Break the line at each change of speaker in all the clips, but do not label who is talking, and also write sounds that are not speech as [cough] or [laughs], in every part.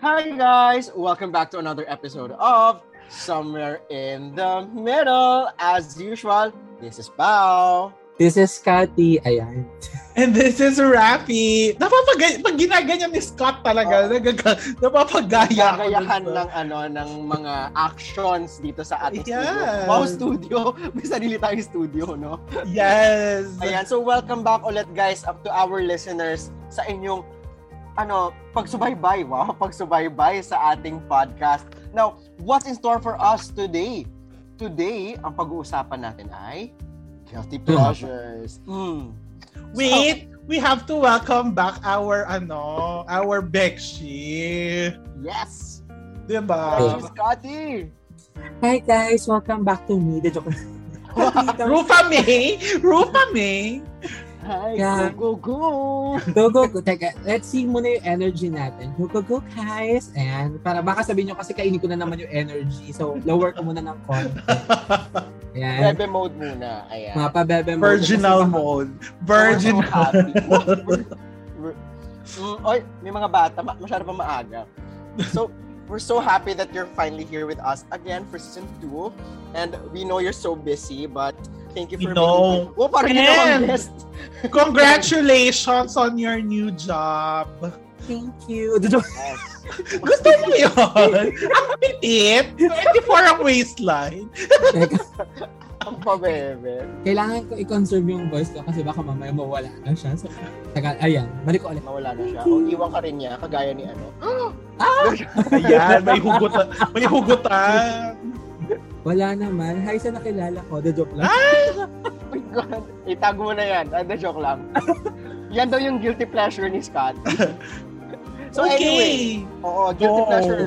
guys? Welcome back to another episode of Somewhere in the Middle. As usual, this is Pao.
This is Cathy. Ayan.
And this is Rappy. Napapagaya, pag ginaganyan ni Scott
Oh.
talaga, nagaga, napapagaya ako.
Gagayahan
dun sa-
ng ano ng mga actions dito sa ating studio.
Ayan.
Wow, studio. [laughs] May sarili tayong studio, no?
Yes.
Ayan, so welcome back ulit guys up to our listeners sa inyong ano, pagsubaybay, wow, [laughs] pagsubaybay sa ating podcast. Now, what's in store for us today? Today, ang pag-uusapan natin ay guilty pleasures. Mm.
Wait, we have to welcome back our, ano, our Bexy.
Yes!
Diba?
Thank you, Scotty!
Hi guys, welcome back to me. The joke.
Rufa May? Rufa
[laughs]
May?
Hi,
Yeah.
go, go, go!
go, go, go. Teka, let's see muna yung energy natin. Go, go, go guys. Ayan. Para baka sabihin nyo kasi kainin ko na naman yung energy. So, lower ko muna ng konti. Ayan.
Bebe mode muna. Ayan.
Mapa bebe mo.
Virginal mode.
Oh,
Virgin.
so happy.
[laughs]
We're- Mm, oy, may mga bata. Ma- masyado pa maaga. So, we're so happy that you're finally here with us again for season 2. And we know you're so busy, but thank you for
We know.
being... Oh, parang
And-
yun ang best.
Congratulations on your new job.
Thank you. The joke.
Yes.
Gusto mo yun? Ang pitit. 24 ang waistline.
Teka,
Ang pabebe.
Kailangan ko i-conserve yung voice ko kasi baka mamaya mawala na siya. So, teka, ayan. Balik ko ulit.
Mawala na siya. O, iwan ka rin niya, kagaya ni ano.
Ayan, may hugutan. May hugutan.
Wala naman. Hi sa nakilala ko. The joke lang.
Ah,
Oh my God. Itago mo na yan. Ano, joke lang. yan daw yung guilty pleasure ni Scott.
[laughs]
so anyway,
okay.
Oo, guilty
Oo.
pleasure.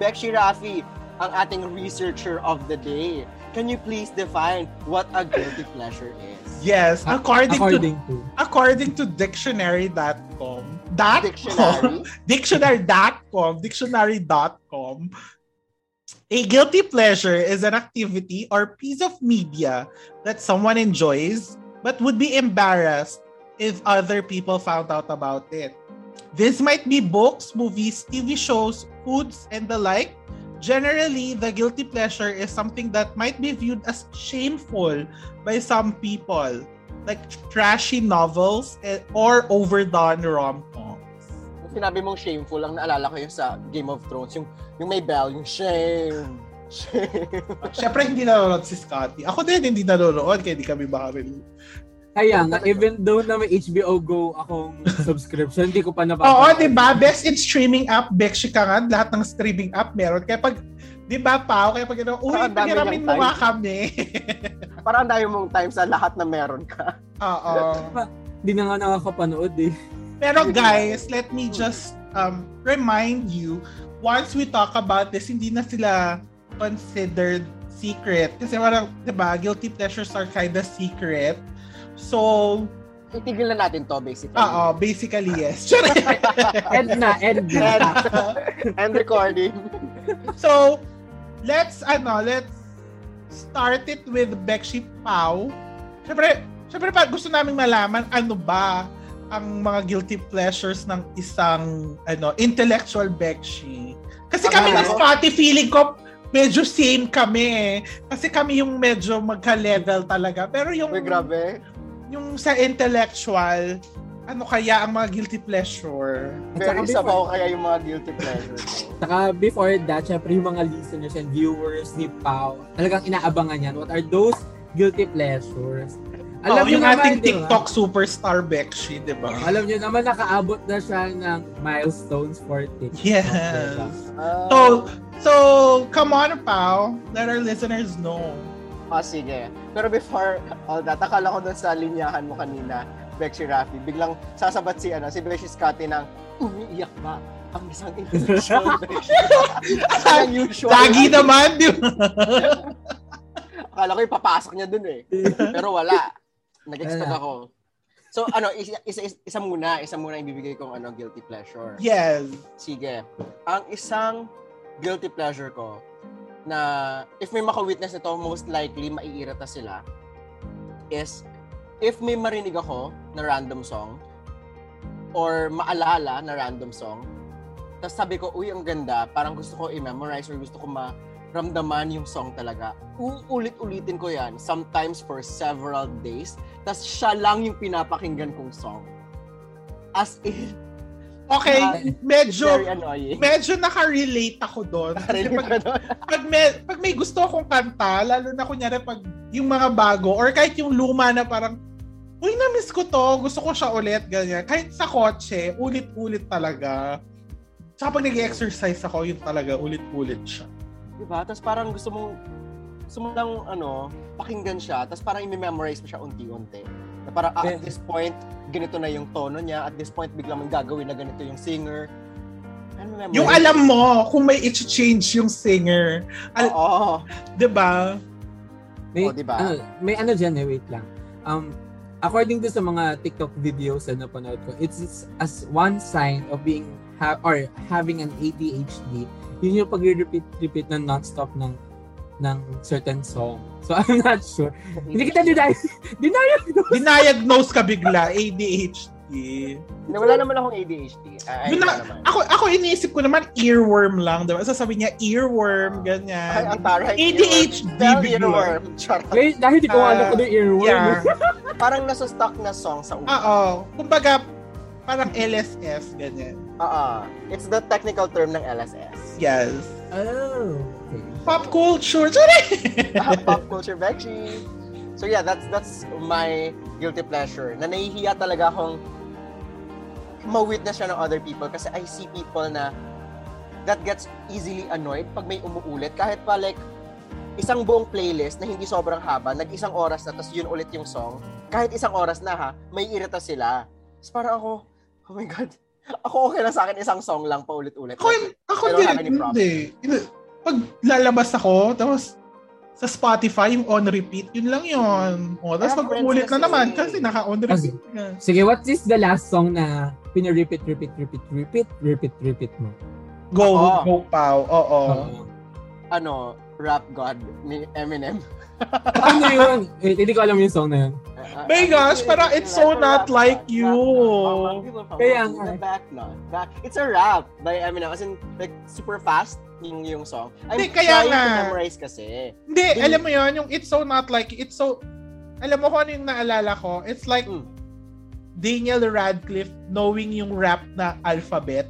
Bekshi Rafi, ang ating researcher of the day. Can you please define what a guilty pleasure is?
Yes,
Ah,
according,
According to.
to according to dictionary.com. Dot com,
Dictionary?
dictionary.com, dictionary.com. A guilty pleasure is an activity or piece of media that someone enjoys but would be embarrassed if other people found out about it. This might be books, movies, TV shows, foods, and the like. Generally, the guilty pleasure is something that might be viewed as shameful by some people, like trashy novels eh, or overdone rom-coms.
Nung sinabi mong shameful, ang naalala ko yung sa Game of Thrones, yung, yung may bell, yung
[laughs]
shame. Shame.
Siyempre, hindi nanonood si Scotty. Ako din, hindi nanonood, kaya hindi kami makarelate.
Kaya nga,
Talaga.
even though na may HBO Go [laughs] akong subscription, hindi ko pa napapanood.
Oo, di ba? Best in streaming app, Bexy ka nga, lahat ng streaming app meron. Kaya pag, di ba, Pao? Kaya pag gano'n, uy,
Saka ang dami
pagiramin
niyang
mo
time."
nga kami.
Parang dahil mong time sa lahat na meron ka.
[laughs] Oo.
Hindi na nga nakakapanood eh.
Pero guys, let me just um, remind you, once we talk about this, hindi na sila considered secret. Kasi parang, di ba, guilty pleasures are kind of secret. So,
Itigil na natin to, basically.
Ah, oh.
oo, basically [laughs] yes. Charot.
End na, end na.
[laughs] And recording.
So, let's, ano, let's start it with Bexy Pau. Siyempre, siyempre pa, gusto namin malaman ano ba ang mga guilty pleasures ng isang ano intellectual Bexy. Kasi kami
Tama,
ng
no?
Scotty, feeling ko medyo same kami eh. Kasi kami yung medyo magka-level talaga. Pero yung,
Uy, grabe.
yung sa intellectual, ano kaya ang mga guilty pleasure?
Very
At saka
sabaw kaya yung mga guilty pleasure ko.
Saka before that, syempre yung mga listeners and viewers ni Pau, talagang inaabangan yan. What are those guilty pleasures? Alam
Alam
niyo
Oh, yung
naman, di
ating
ba?
TikTok superstar Bexy, di ba?
Alam niyo naman, nakaabot na siya ng milestones for TikTok.
Yes.
diba?
Ah,
So, so come on, pal. Let our listeners know.
Ah, sige. Pero before all that, akala ko dun sa linyahan mo kanina, Bexy Rafi, biglang sasabat si, ano, si Bexy Scotty ng umiiyak ba ang isang intellectual Bexy? Ang usual.
Lagi naman, di ba?
Akala ko ipapasok niya dun eh. Pero wala. Nag-expect
Wala.
ako. So ano, isa, isa, isa muna, isa muna ibibigay kong ano, guilty pleasure.
[laughs] Yes.
Sige. Ang isang guilty pleasure ko na if may maka-witness nito, most likely maiirita sila is if may marinig ako na random song or maalala na random song, Tapos sabi ko, uy, ang ganda. Parang gusto ko i-memorize or gusto ko maramdaman yung song talaga. Uulit-ulitin ko yan, sometimes for several days. Tapos siya lang yung pinapakinggan kong song. As in,
Okay,
Ah,
very
medyo
annoying.
medyo naka-relate ako doon. Kasi
Narinig
pag,
ko doon.
pag, may, pag may gusto akong kanta, lalo na kunyari pag yung mga bago or kahit yung luma na parang Uy, na-miss ko to. Gusto ko siya ulit, ganyan. Kahit sa kotse, ulit-ulit talaga. Tsaka pag nag-exercise ako, yun talaga, ulit-ulit siya.
[laughs] Diba? Tapos parang gusto mong, gusto mo lang, ano, pakinggan siya. Tapos parang i-memorize mo siya unti-unti. Na parang, ah, at
Yes.
this point, ganito na yung tono niya. At this point, bigla mong gagawin na ganito yung singer. Ano, memorize?
Yung alam mo kung may i-change yung singer. al-
Oo.
'di ba?
Oh,
May,
diba?
ano, may ano dyan eh, wait lang. Um, according to sa mga TikTok videos na napanood ko, it's, it's as one sign of being ha- or having an ADHD, yun yung pag-repeat-repeat ng non-stop ng ng certain song. So [laughs] I'm not sure. Hindi kita deny. [laughs] deny
Diniagnose ka bigla, ADHD.
Na wala naman akong ADHD. Ay,
Yun
wala
na-
Ah, naman.
Ako, ako iniisip ko naman, earworm lang, diba? Sasabi niya,
Ay,
earworm, ganyan.
ang taray.
ADHD
Tell
bigla.
earworm. Charot.
Wait, dahil di ko
Ah,
alam ko na earworm.
Uh,
Yeah.
Parang nasa stock na song sa
Ah.
ulo.
Oo. Kumbaga, parang LSS, ganyan.
Oo. Ah, It's the technical term ng LSS.
Yes.
[laughs] Oh, okay.
Pop culture. Sorry!
[laughs] Pop culture veggie. So yeah, that's that's my guilty pleasure. Na nahihiya talaga akong ma-witness siya ng other people kasi I see people na that gets easily annoyed pag may umuulit. Kahit pa like isang buong playlist na hindi sobrang haba, nag-isang oras na, tapos yun ulit yung song. Kahit isang oras na ha, may irita sila. Tapos parang ako, oh my God. [laughs] Ako okay na sa akin isang song lang paulit-ulit.
Ako, ako
I don't have
din,
any problem.
hindi. Hindi. Pag lalabas ako, tapos sa Spotify, yung on repeat, yun lang yun. O,
Kaya
tapos pag
friends
umulit na
kasi.
naman, kasi naka-on repeat na.
Sige, what is the last song na pinarepeat, repeat, repeat, repeat, repeat, repeat mo?
Go,
Oo.
go, pow. Oo.
Oh.
Oo.
Ano, rap god ni Eminem.
ano yun? Wait, hindi ko alam yung song na yun.
Uh,
My gosh, parang it's so not like you.
Kaya
Kaya
nga eh.
nga. Back, no? back. It's a rap by Eminem. As in, like, super fast yung, yung song. I'm
Hindi, kaya
trying to
nga.
memorize kasi.
Hindi,
Dun-
alam mo yun, yung it's so not like, it's so, alam mo kung ano yung naalala ko, it's like
Mm.
Daniel Radcliffe knowing yung rap na alphabet.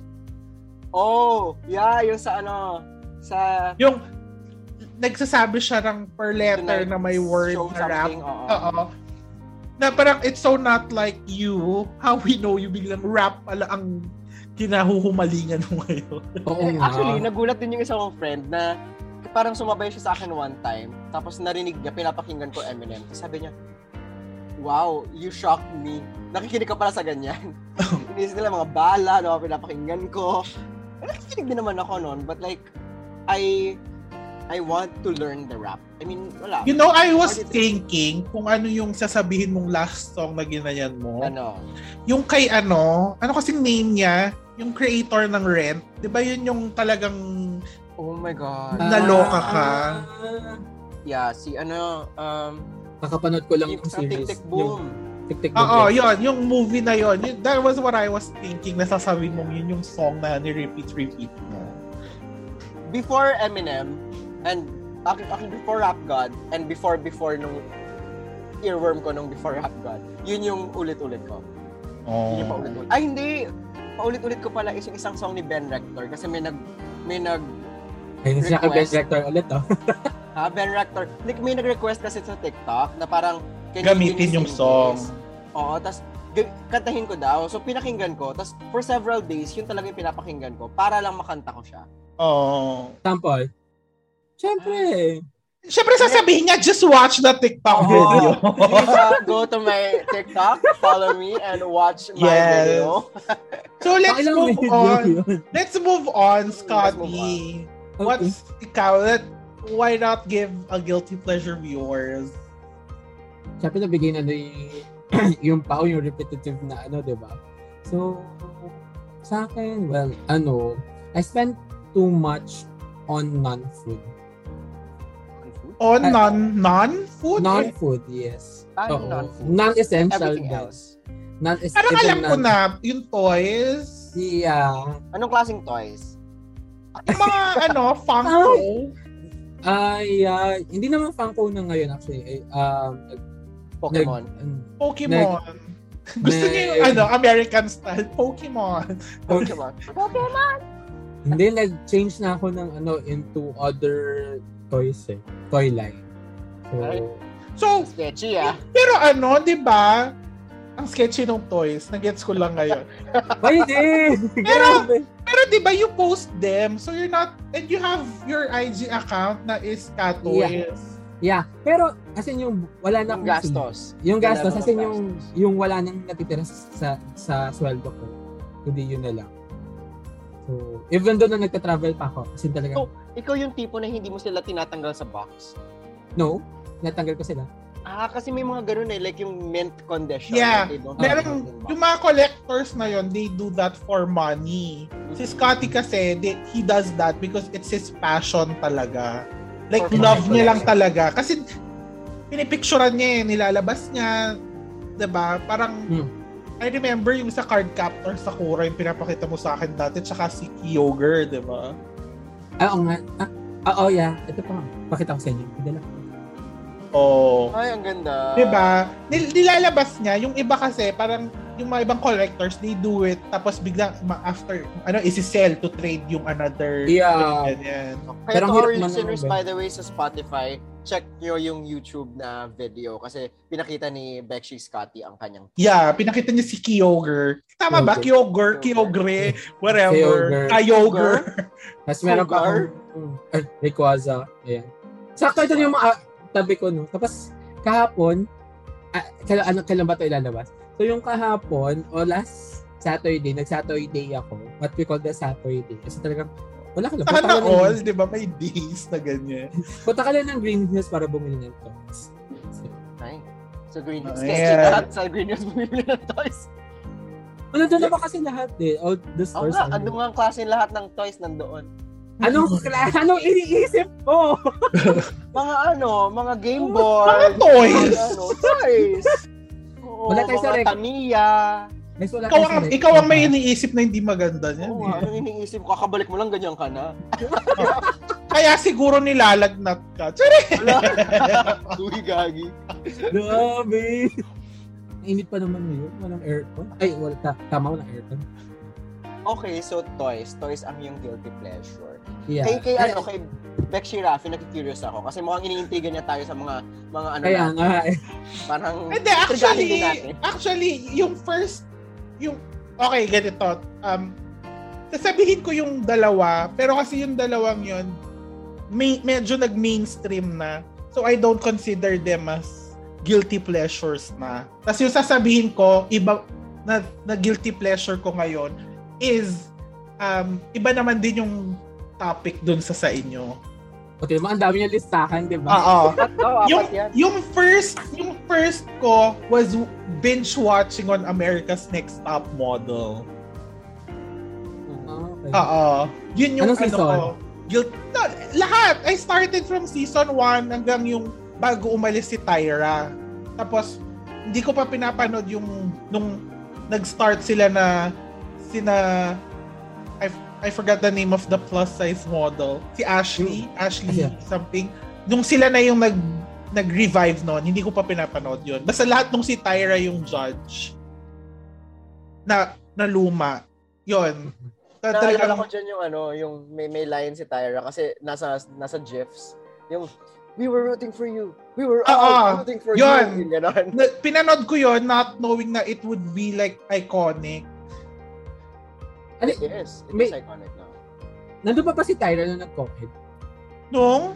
Oh, yeah, yung sa ano, sa...
Yung nagsasabi siya ng per letter
Tonight
na may word
Show
na rap. Oh,
something, oo.
Oo. Na parang it's so not like you, how we know you biglang rap ala ang kinahuhumalingan mo ngayon.
Oo
Eh,
nga.
Actually, nagulat din yung isa kong friend na parang sumabay siya sa akin one time. Tapos narinig niya, pinapakinggan ko Eminem. Tapos sabi niya, wow, you shocked me. Nakikinig ka pala sa
[laughs]
ganyan. Inisip nila mga bala, no, pinapakinggan ko. Eh, Nakikinig din naman ako noon. But like, I I want to learn the rap. I mean, wala.
You know, I was
How did-
thinking kung ano yung sasabihin mong last song na ginanyan mo.
Ano?
Yung kay ano, ano kasing name niya, yung creator ng Rent, di ba yun yung talagang,
Oh my God.
Ah. naloka ka.
Ah,
Yeah, si ano, um,
Kakapanood ko lang
yung
yung
sa
series.
Tic Tic Boom.
Yung Tic-Tic Boom.
oo, yun, yung movie na yun. Yun- That was what I was thinking na sasabihin mong yun yung song na ni-repeat-repeat mo.
before Eminem and actually, actually before Rap God and before before nung earworm ko nung before Rap God. Yun yung ulit-ulit ko.
Oh.
Yun yung paulit-ulit. Ay hindi. Paulit-ulit ko pala is yung isang song ni Ben Rector kasi may nag may nag
Ayun siya kay Ben
Request.
Rector ulit, oh.
ha, Ben Rector like, may nag-request kasi sa TikTok na parang can you
Gamitin
sing
yung
this?
song.
Oo, tas g- kantahin ko daw. So pinakinggan ko. Tas for several days, yun talaga yung pinapakinggan ko para lang makanta ko siya.
Oh.
Sample. Siyempre.
Siyempre sasabihin niya, just watch the
Oo.
TikTok video.
Please uh, go to my TikTok, follow me, and watch my
Yes.
video.
so let's
Pakilang
move
video
on.
yun.
Let's move on,
Let's move
Scotty.
Okay.
What's ikaw? Let, why not give a guilty pleasure of yours?
Siyempre, nabigay na na y- [clears throat] yung pao, yung repetitive na ano, di ba? So, sa akin, well, ano, I spent too much on non-food.
On
Ah.
non non Oh, food?
Non-food, yes.
Ah,
Oo.
non-food.
Non-essential
Everything
daw.
else.
Non-essential.
Parang alam ko
non-
na, yung toys,
Yeah.
Anong klaseng toys?
Yung mga ano, Funko.
Okay.
Ay, ah, hindi naman Funko na ngayon actually. Ay, um,
Pokemon.
nag- mm,
Pokemon. Gusto niya yung ano, American style Pokemon.
Pokemon.
Pokemon.
Hindi, nag-change na ako ng ano into other toys eh. Toy line. So,
Ay.
So,
Sketchy ah.
pero ano, di ba? Ang sketchy ng toys. Nag-gets ko lang ngayon.
[laughs]
pwede!
Pero-
Grabe.
Pero di ba you post them? So you're not, and you have your IG account na is Katoys.
yeah. Pero, as in yung wala
Yung
na akong sum-
gastos.
Yung
Wala
gastos,
na
as in
akong
yung,
gastos.
yung wala nang natitira sa, sa sweldo ko. Hindi yun na lang. So, even though na nagka-travel pa ako, kasi talaga,
Oh. Ikaw yung tipo na hindi mo sila tinatanggal sa box.
no, natanggal ko sila.
Ah, kasi may mga ganun eh. Like yung mint condition.
Yeah.
they don't
Merong,
have
yung
in box.
mga collectors na yon they do that for money. Si Scotty kasi, they- he does that because it's his passion talaga. Like,
For
love
collection.
niya lang talaga. Kasi, pinipicturean niya eh, nilalabas niya. 'di ba Parang,
Hmm.
I remember yung sa card captor sa Kura, yung pinapakita mo sa akin dati, tsaka si Kyogre, diba? 'di ba
Ah, oo nga. Ah, ah, oh, yeah. Ito pa. Pakita ko sa inyo. Dala.
Oo.
Oh.
Ay, ang ganda.
Diba? Nil- nilalabas niya. Yung iba kasi, parang yung mga ibang collectors, they do it. Tapos bigla, ma- after, ano, isi-sell to trade yung another.
Yeah.
Ganyan.
Kaya
Pero
to
ang hirap
our
man-
listeners, by the way, sa Spotify, check nyo yung YouTube na video kasi pinakita ni Bexy Scotty ang kanyang
Yeah, pinakita niya si Kyogre. Tama ba? Kyogre, Kyogre, whatever.
Kyogre.
Ah, [laughs] Kyogre.
Tapos meron pa
Sugar?
akong mm, eh, Rayquaza. Ayan. Sakto ito yung mga ah, tabi ko, no? Tapos, kahapon, ah, kailan, ano, kailan ba ito ilalabas? So, yung kahapon, o last Saturday, nag-Saturday ako. What we call the Saturday. Kasi talagang, wala ka lang.
Saka
Punta
na
ka lang,
all, di ba? May days na ganyan.
punta ka lang ng Green Hills para bumili ng toys. So,
Ay, sa Green News.
Ayan.
Sketchy lahat sa Green News bumili ng toys.
ano, doon naman kasi lahat eh. All the
Ako
stores.
nga,
ano.
ano nga ang klase lahat ng toys nandoon.
Anong, kla- [laughs] anong iniisip mo?
Mga ano, mga Game
Mga
Boy.
toys.
mga ano, toys. Oo,
Wala tayo sa
mga
record.
Tamiya.
Guys, wala
Ikaw
tayong
ang,
select.
ikaw ang may iniisip na hindi maganda niyan.
Oo,
eh.
ano iniisip ko? Kakabalik mo lang, ganyan ka na.
Kaya siguro nilalagnat ka. Tsari!
Wala. Uy, gagi.
Grabe! Ang init pa naman ngayon. Walang aircon. Ay, wala. Ta- tama, walang aircon.
Okay, so toys. Toys ang yung guilty pleasure.
Yeah.
Kay, kay, ano, kay Bex Shirafi, nakikurious ako. Kasi mukhang iniintigan niya tayo sa mga, mga ano,
Kaya
na,
nga eh.
parang,
Hindi,
trigahin
actually,
din natin.
actually, yung first, yung, okay, ganito. Um, sasabihin ko yung dalawa, pero kasi yung dalawang yun, may, medyo nag-mainstream na. So, I don't consider them as guilty pleasures na. Tapos yung sasabihin ko, iba, na, na guilty pleasure ko ngayon is, um, iba naman din yung topic dun sa sa inyo.
O, tinan mo, diba? ang dami niya listahan, diba? di ba?
Oo.
Tatlo, oh,
yung,
apat yan.
yung first, yung first ko was binge watching on America's Next Top Model.
Ah, okay.
Oo. Yun yung
Anong
ano
season?
ko. Guilt, no, lahat. I started from season 1 hanggang yung bago umalis si Tyra. Tapos, hindi ko pa pinapanood yung nung nag-start sila na sina I, I forgot the name of the plus size model. Si Ashley, Ashley
Ayan.
something. Nung sila na yung nag nag-revive noon, hindi ko pa pinapanood yun. Basta lahat nung si Tyra yung judge na na luma. Yun. Ta-
Naalala
Talagang
ko dyan yung ano, yung may, may line si Tyra kasi nasa nasa GIFs. Yung, we were rooting for you. We were all
Ah, ah,
rooting for
yun.
you. Yung ganon.
na, pinanood ko yon not knowing na it would be like iconic.
Ano,
It is. It
May-
is iconic now.
nandun pa ba si Tyra na nag-co-ed?
Nung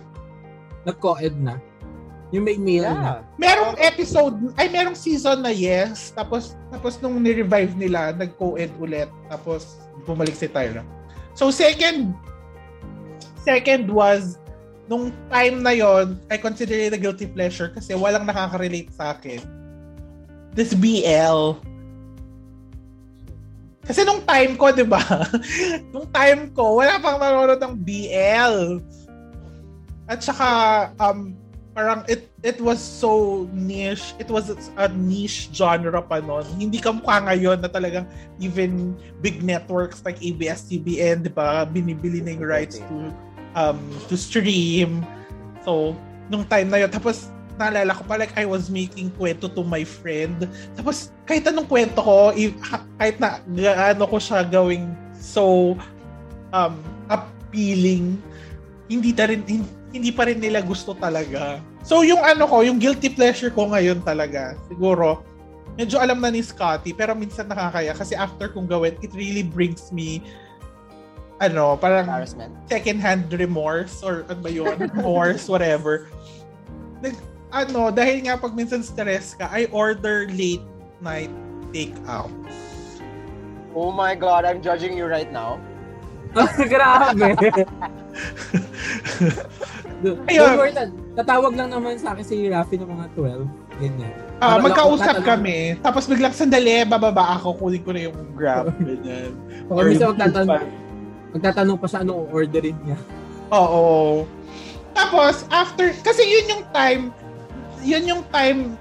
Nag-co-ed na? Yung may meal na? [laughs]
Yeah.
merong episode, ay merong season na yes, tapos tapos nung ni-revive nila, nag-co-ed ulit, tapos bumalik si Tyra. So second second was nung time na yon, I consider it a guilty pleasure kasi walang nakaka-relate sa akin. This BL. Kasi nung time ko, 'di ba? [laughs] nung time ko, wala pang nanonood ng BL. At saka um parang it it was so niche. It was a niche genre pa noon. Hindi ka mukha ngayon na talagang even big networks like ABS-CBN, di ba, binibili na yung rights to um, to stream. So, nung time na yun, tapos naalala ko pa, like, I was making kwento to my friend. Tapos, kahit anong kwento ko, if, ha- kahit na gaano ko siya gawing so um, appealing, hindi na rin, hin- hindi pa rin nila gusto talaga. So, yung ano ko, yung guilty pleasure ko ngayon talaga, siguro, medyo alam na ni Scotty, pero minsan nakakaya kasi after kong gawin, it really brings me, ano, parang
Embarrassment.
second-hand remorse or ano ba yun? Remorse, whatever. Nag, ano, dahil nga pag minsan stress ka, I order late night take-out.
Oh my God, I'm judging you right now.
Grabe. Do-
Ayun.
Don't worry, tat- tatawag lang naman sa akin si Rafi ng mga 12. Ganyan.
Ah,
Para
magkausap
lang-
kami, tapos biglang sandali, bababa ako, kunin ko na yung grab. Ganyan.
O minsan
yung food
magtatanong,
pa.
magtatanong pa siya anong orderin niya.
Oo. Tapos, after, kasi yun yung time, yun yung time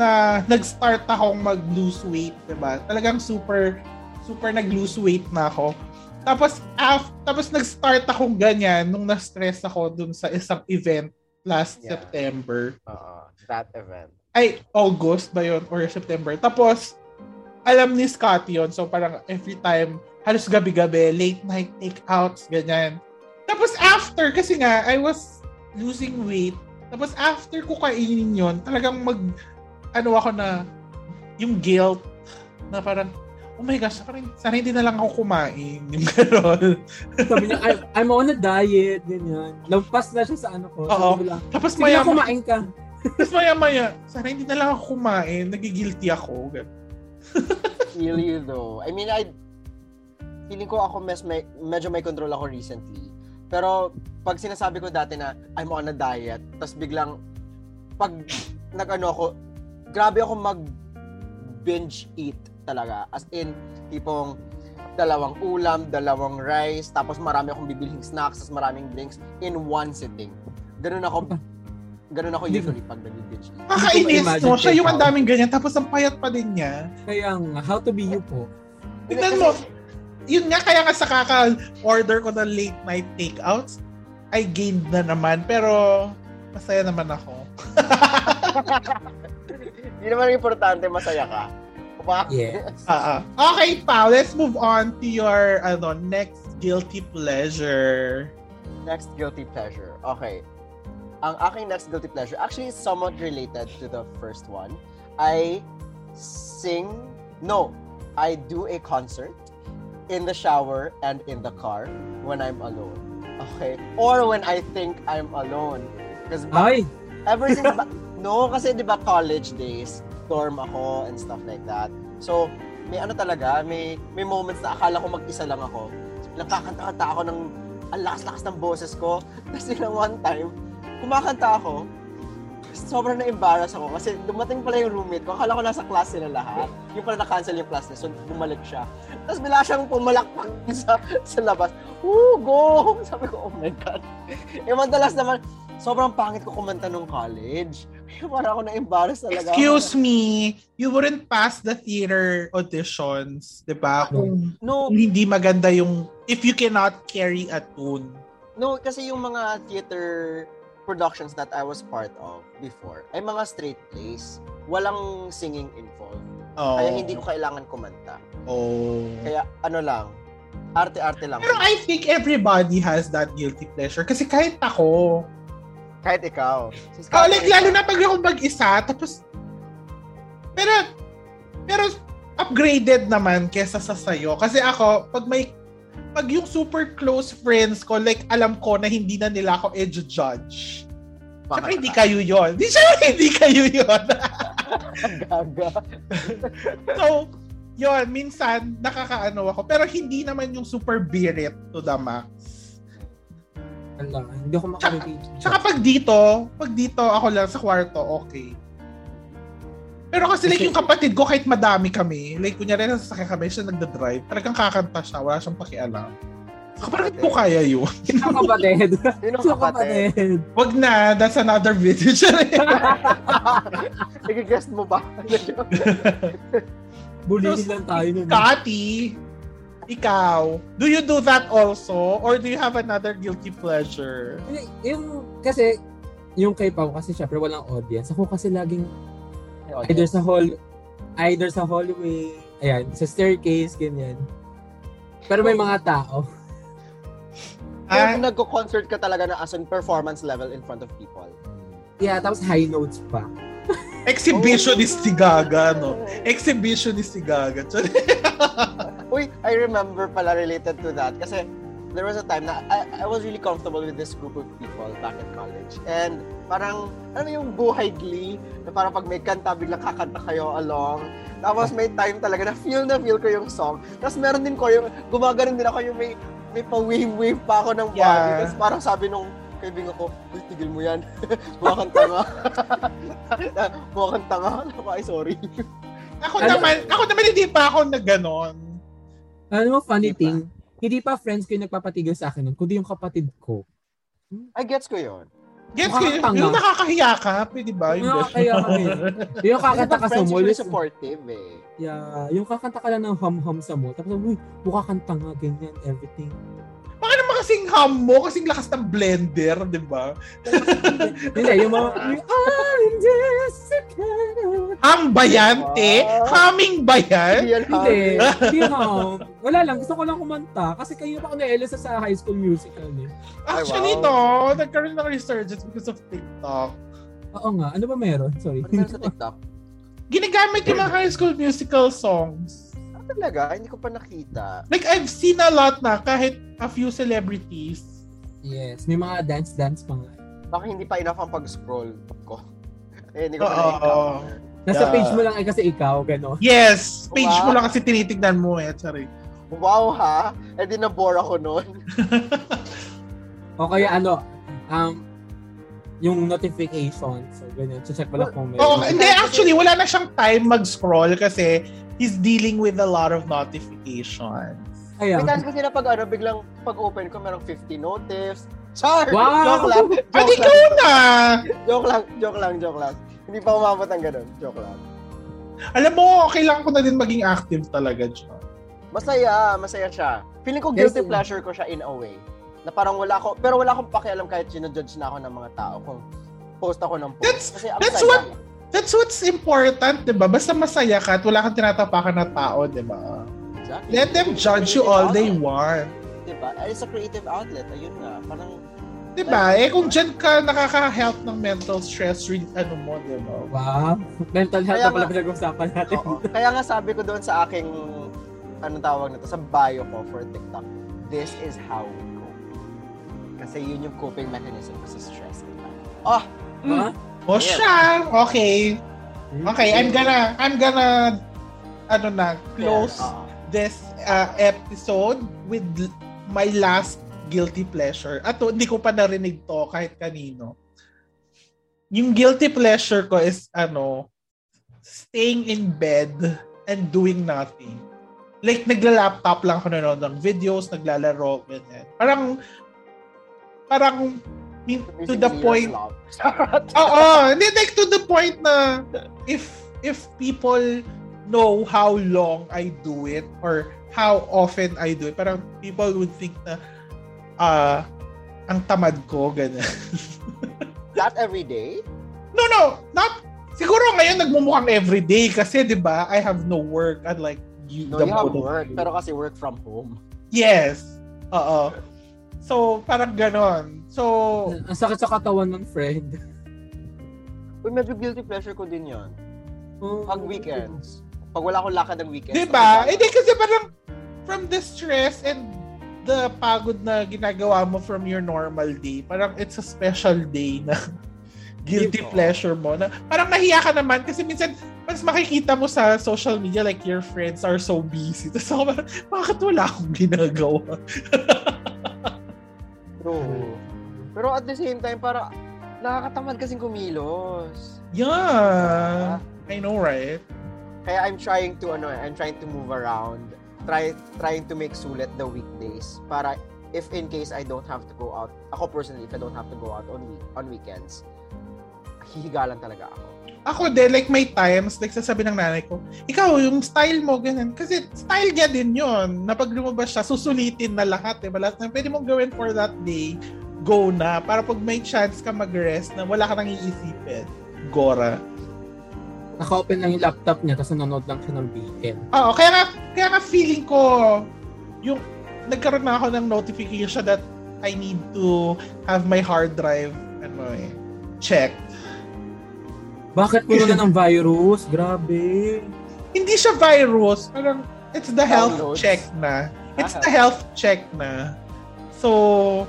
na nag-start akong mag-lose weight, 'di ba? Talagang super, super nag-lose weight na ako. Tapos, af, tapos nag-start akong ganyan nung na-stress ako dun sa isang event last
Yeah.
September
Uh, that event.
ay August ba yun or September. Tapos alam ni Scott yun. So parang every time halos gabi-gabi, late night takeouts, ganyan. Tapos after, kasi nga, I was losing weight. Tapos after ko kainin yun, talagang mag, ano ako na, yung guilt, na parang, oh my gosh, parang, sana hindi na lang ako kumain. [laughs] Yung gano'n.
Sabi niya, I'm, I'm on a diet, ganyan. Lampas na siya sa ano ko. Sabi
Oo.
ko lang,
Tapos
Sige,
maya,
kumain ka.
tapos maya-maya, sana hindi na lang ako kumain, nagigilty ako. Ganun.
Feel you though. I mean, I feeling ko ako mes, may, medyo may control ako recently. Pero pag sinasabi ko dati na I'm on a diet, tapos biglang pag nag-ano ako, grabe ako mag binge eat talaga. As in, tipong dalawang ulam, dalawang rice, tapos marami akong bibiling snacks, tapos maraming drinks in one sitting. Ganun ako, ganun ako
Hindi ko-
usually pag nag-binge eat.
Kakainis,
Hindi ko
no? Siya
ma-imagine
yung ang daming ganyan, tapos ang payat pa din niya.
Kaya nga, how to be you po.
Tignan mo, yun nga kaya nga sa kaka-order ko ng late night takeouts, I gained na naman, pero masaya naman ako.
Hindi naman importante, masaya ka. Diba? Ba?
Yeah.
Ah, ah. Okay, pa, let's move on to your ano, next guilty pleasure.
Next guilty pleasure. Okay. Ang aking next guilty pleasure, actually is somewhat related to the first one. I sing, no, I do a concert in the shower and in the car when I'm alone. Okay? Or when I think I'm alone. Because
Ay,
ever since ba- no kasi 'di ba college days dorm ako and stuff like that so may ano talaga may may moments na akala ko mag-isa lang ako nakakanta-kanta ako ng ang lakas-lakas ng boses ko [laughs] kasi na one time kumakanta ako sobrang na-embarrass ako kasi dumating pala yung roommate ko. Akala ko nasa class sila lahat. Yung pala na-cancel yung class niya. So, bumalik siya. Tapos bila siyang pumalakpak [laughs] sa, sa labas. Woo, go! Sabi ko, oh my God. Yung madalas naman, sobrang pangit ko kumanta nung college. [laughs] Parang ako na-embarrass talaga.
Excuse me, you wouldn't pass the theater auditions, di ba? Kung
No,
hindi maganda yung, if you cannot carry a tune.
No, kasi yung mga theater productions that I was part of before ay mga straight plays. Walang singing involved.
Oh.
Kaya hindi ko kailangan kumanta.
Oh.
Kaya ano lang, arte-arte lang.
Pero I think everybody has that guilty pleasure. Kasi kahit ako,
Kahit ikaw. Sis,
oh,
kahit
like,
ikaw.
lalo na pag ako mag-isa, tapos, pero, pero upgraded naman kesa sa sayo. Kasi ako, pag may, pag yung super close friends ko, like, alam ko na hindi na nila ako i-judge.
Baka
Siyempre, hindi kayo yon. Di syempre, hindi kayo yon.
Gaga.
[laughs] so, yon minsan, nakakaano ako. Pero hindi naman yung super birit to the max.
ala, hindi ako makarelate.
Tsaka pag dito, pag dito ako lang sa kwarto, okay. Pero kasi like
Kasi-
yung kapatid ko, kahit madami kami, like kunyari nasa sakya kami, siya nagda-drive, talagang kakanta siya, wala siyang pakialam. Kapatid ko kaya yun. [laughs]
Sino kapatid?
Sino
Sino
kapatid?
kapatid?
Wag na, that's another video. [laughs]
Nag-guess mo ba?
Bulili lang tayo nun.
Kati, ikaw, do you do that also? Or do you have another guilty pleasure?
Yung- Yung, kasi, yung kay Pao kasi syempre walang audience. Ako kasi laging either sa hall, either sa hallway, ayan, sa staircase, ganyan. Pero may mga tao.
Pero
Ah,
nagko-concert ka talaga na as in performance level in front of people.
Yeah, tapos high notes pa.
Oh.
exhibitionist si
Oh.
Gaga, no? Exhibitionist si Gaga.
Uy, I remember pala related to that kasi there was a time na I, I was really comfortable with this group of people back in college. And parang, ano yung buhay glee na parang pag may kanta, biglang kakanta kayo along. Tapos may time talaga na feel na feel ko yung song. Tapos meron din ko yung, gumagano din ako yung may, may pa-wave-wave pa ako ng body.
Yeah.
Tapos parang sabi nung kaibigan ko, uy, tigil mo yan. [laughs] Mukha kang tanga. [laughs] Mukha kang tanga. Ay, sorry.
[laughs] Ako
Ano?
naman, ako naman hindi pa ako na ganon.
Ano mo,
Hindi
funny
pa.
thing, hindi pa friends ko yung nagpapatigil sa akin nun, kundi yung kapatid ko.
I gets ko yun.
Gets ko yun?
Nakakatanga.
Yung nakakahiya ka, pwede ba?
Yung
Yung best-
nakakaya kami.
[laughs]
Yung kakanta ka sa
friends
mall,
usually
yung,
supportive eh.
yeah, yung kakanta ka lang ng hum-hum sa mall, tapos uy, mukha kang tanga, ganyan, everything.
Baka naman kasing ham mo, kasing lakas ng blender, di ba?
Hindi, yung mga, we are in this together.
Ham ba yan, te?
Wow.
Haming ba yan?
Real
Hindi, Ano
hobby.
hindi hum. Wala lang, gusto ko lang kumanta. Kasi kayo pa ako na-elisa sa high school musical eh.
Actually,
Ay,
no. Nagkaroon ng resurgence because of TikTok.
Oo nga, ano ba meron? Sorry.
Ano meron sa TikTok?
Ginagamit yung mga high school musical songs.
Ah, talaga? Hindi ko pa nakita.
Like, I've seen a lot na kahit a few celebrities.
yes, may mga dance-dance pa nga.
Baka hindi pa enough ang pag-scroll ko. [laughs] Eh, hindi ko pa nakita.
Oo.
Nasa
Yeah.
page mo lang eh kasi ikaw, gano'n.
Yes, page mo
Wow.
lang kasi tinitignan mo eh. Sorry.
Wow ha? Eh, di na-bore ako nun.
O kaya ano, um, yung notification. So, ganyan. So, check mo lang kung meron.
Oo, hindi, actually, wala na siyang time mag-scroll kasi he's dealing with a lot of notifications.
May
Ayan.
times kasi na pag ano, biglang pag-open ko, merong 50 notifs. Char!
Wow!
Joke lang!
At
Joke
ikaw
lang,
na!
joke lang, joke lang, joke lang. Hindi pa umabot ang ganun. Joke lang.
Alam mo, kailangan ko na din maging active talaga dyan.
Masaya, masaya siya. Feeling ko
Yes,
guilty
eh.
pleasure ko siya in a way. Na parang wala ako, pero wala akong pakialam kahit sinajudge na ako ng mga tao kung post ako ng post.
That's-
Kasi ang
that's
saya.
what- That's what's important, di ba? Basta masaya ka at wala kang tinatapakan na tao, di ba?
Exactly.
Let them judge you all they want.
Diba? Eh, It's a creative outlet. Ayun nga.
[laughs]
Parang,
Di ba? Eh kung dyan ka nakaka-help ng mental stress, re- ano mo, di ba?
Wow. [laughs] Mental health
Kaya
na pala
nga-
pinag-usapan natin.
oo. Kaya nga sabi ko doon sa aking, anong tawag na to, sa bio ko for TikTok, this is how we cope. Kasi yun yung coping mechanism ko sa stress. Diba? Oh! Mm.
Ha?
O Oh, siya! Okay. Okay, I'm gonna, I'm gonna, ano na, close
Yeah, oo.
this uh, episode with l- my last guilty pleasure. At to, hindi ko pa narinig to kahit kanino. Yung guilty pleasure ko is ano, staying in bed and doing nothing. Like, nagla-laptop lang ako nanonood ng videos, naglalaro, ganyan. Parang, parang, to the
Basically,
point,
you're a slob.
Oo, hindi like to the point na if if people know how long I do it or how often I do it, parang people would think na ah ang tamad ko ganun. [laughs]
Not every day?
no, no, not siguro ngayon nagmumukhang everyday kasi 'di ba? I have no work unlike you.
No,
the
you have
both of
work.
you.
Pero kasi work from home.
yes. Oo. So, parang ganon. So,
Ang sakit sa katawan ng friend.
Uy, medyo guilty pleasure ko din yon.
Oh.
[laughs] Pag weekends. Pag wala akong lakad ng weekends.
Diba?
ako-
Eh, di kasi parang from the stress and the pagod na ginagawa mo from your normal day, parang it's a special day na [laughs] guilty
Diba?
pleasure mo. Na, parang nahiya ka naman kasi minsan mas makikita mo sa social media like your friends are so busy. [laughs] Tapos ako parang, bakit wala akong ginagawa?
True. Pero at the same time, para nakakatamad kasing kumilos.
Yeah. I know, right?
Kaya I'm trying to ano, eh, I'm trying to move around. Try trying to make sulit the weekdays para if in case I don't have to go out, ako personally, if I don't have to go out on week, on weekends, hihigalan talaga ako.
Ako din, like may times, like sasabi ng nanay ko, ikaw, yung style mo, ganun. Kasi style niya din yun. Na pag lumabas siya, susulitin na lahat. Eh. Balas na, pwede mong gawin for that day, go na. Para pag may chance ka mag-rest na wala ka nang iisipin. Gora.
Naka-open lang yung laptop niya tapos nanonood lang siya ng BL.
Oo, kaya nga, kaya nga feeling ko, yung nagkaroon na ako ng notification that I need to have my hard drive, ano eh, checked.
Bakit puno na ng virus? Grabe.
Hindi siya virus, parang it's the health
Downloads.
check na. It's
Ah.
the health check na. So,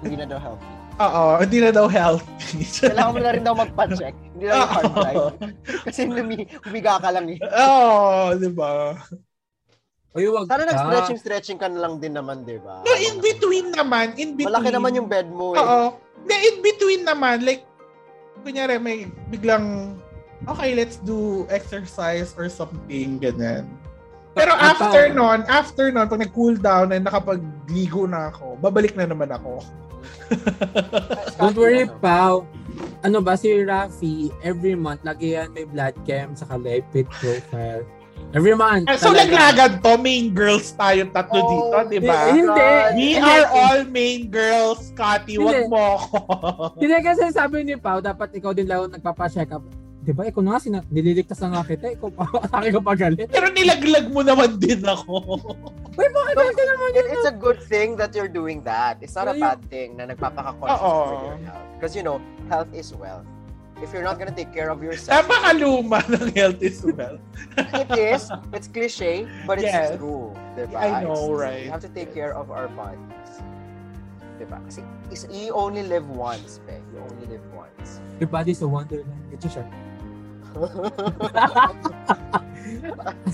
Hindi na daw healthy.
oo, hindi na daw healthy.
[laughs]
[laughs]
Kailangan mo na rin daw magpa-check. Hindi [laughs] lang yung hard drive.
Oo.
Kasi lumi, humiga ka lang eh.
Oo, di ba?
Ay, wag
Sana
ka.
nag-stretching, stretching ka na lang din naman, di ba?
No, in between naman, in between.
Malaki naman yung bed mo eh.
Oo. Na in between naman, like, kunyari may biglang, okay, let's do exercise or something, ganyan. Pero
Ah,
Ito,
after nun, after nun, pag nag-cool down and nakapagligo na ako, babalik na naman ako.
Don't worry, Pao. Ano ba, si Rafi, every month, lagi yan may blood cam, saka lipid profile. Every month.
Ah, so,
talaga.
laglagad to, main girls tayo tatlo
Oh,
dito, di ba?
Eh, Hindi.
We
Hindi.
are all main girls, Kati. Wag
Hindi.
mo ako. [laughs]
Hindi kasi sabi ni Pao, dapat ikaw din lang ang nagpapa-check up. Di ba, ikaw na nga, sina- nililigtas na nga kita. Ikaw pa, [laughs] akin ka pagalit.
Pero nilaglag mo naman din ako. [laughs]
Uy, bakit no. ka naman yun?
It- it's a good thing that you're doing that. It's not a
Well,
bad thing na nagpapaka-conscious
Oo.
for your health. Because you know, health is wealth. If you're not gonna take care of
[laughs]
yourself,
Napakaluma Ah, ng health is well.
it is, it's cliche, but it's
Yes.
true. Diba?
I know,
It's-
right?
We have to take
Yes.
care of our bodies. Diba? Kasi is, you only live once, pe. You only live
[laughs]
once.
Your body's a wonderland. It's a shark.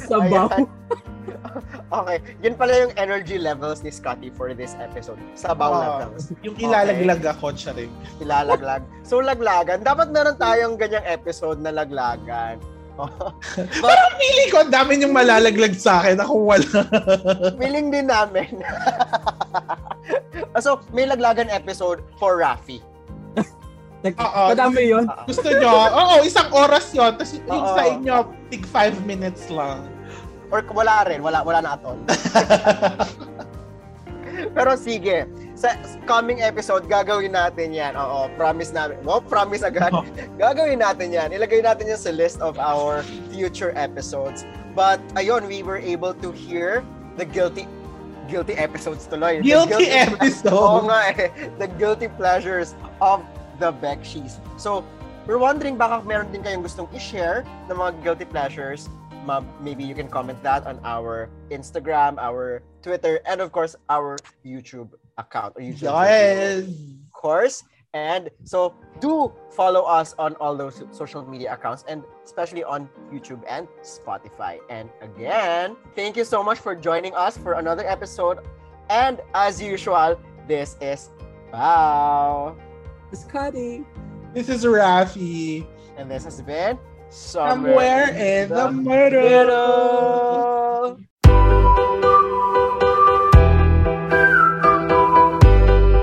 Sabaw.
Ayan. [laughs] okay, yun pala yung energy levels ni Scotty for this episode. Sabaw
Oo.
levels.
Ah, Yung ilalaglag ako, charing.
ilalaglag. So, laglagan. Dapat meron tayong ganyang episode na laglagan. [laughs]
Parang feeling ko, ang dami niyong malalaglag sa akin. Ako
[laughs]
wala.
Feeling din namin. [laughs] so, may laglagan episode for Rafi.
Nag-
Oo.
Madami yun.
Ah,
Gusto niyo? Oo, isang oras yon Tapos yung
Oo.
sa inyo, tig five minutes lang.
or wala rin. Wala, wala na at all. Pero sige, sa coming episode, gagawin natin yan. Oo, promise namin. Well, promise agad. [laughs] Gagawin natin yan. Ilagay natin yan sa list of our future episodes. But, ayun, we were able to hear the guilty guilty episodes tuloy. The
Guilty
[laughs] Oo
episode.
nga eh. The guilty pleasures of the Bekshies. So, we're wondering baka meron din kayong gustong i-share ng mga guilty pleasures. Ma- maybe you can comment that on our Instagram, our Twitter, and of course, our YouTube account. Or YouTube video,
Yes.
Of course. And so, do follow us on all those social media accounts and especially on YouTube and Spotify. And again, thank you so much for joining us for another episode. And as usual, this is Bao.
Scotty.
This is Rafi.
And this has been
Somewhere in the middle.
Middle.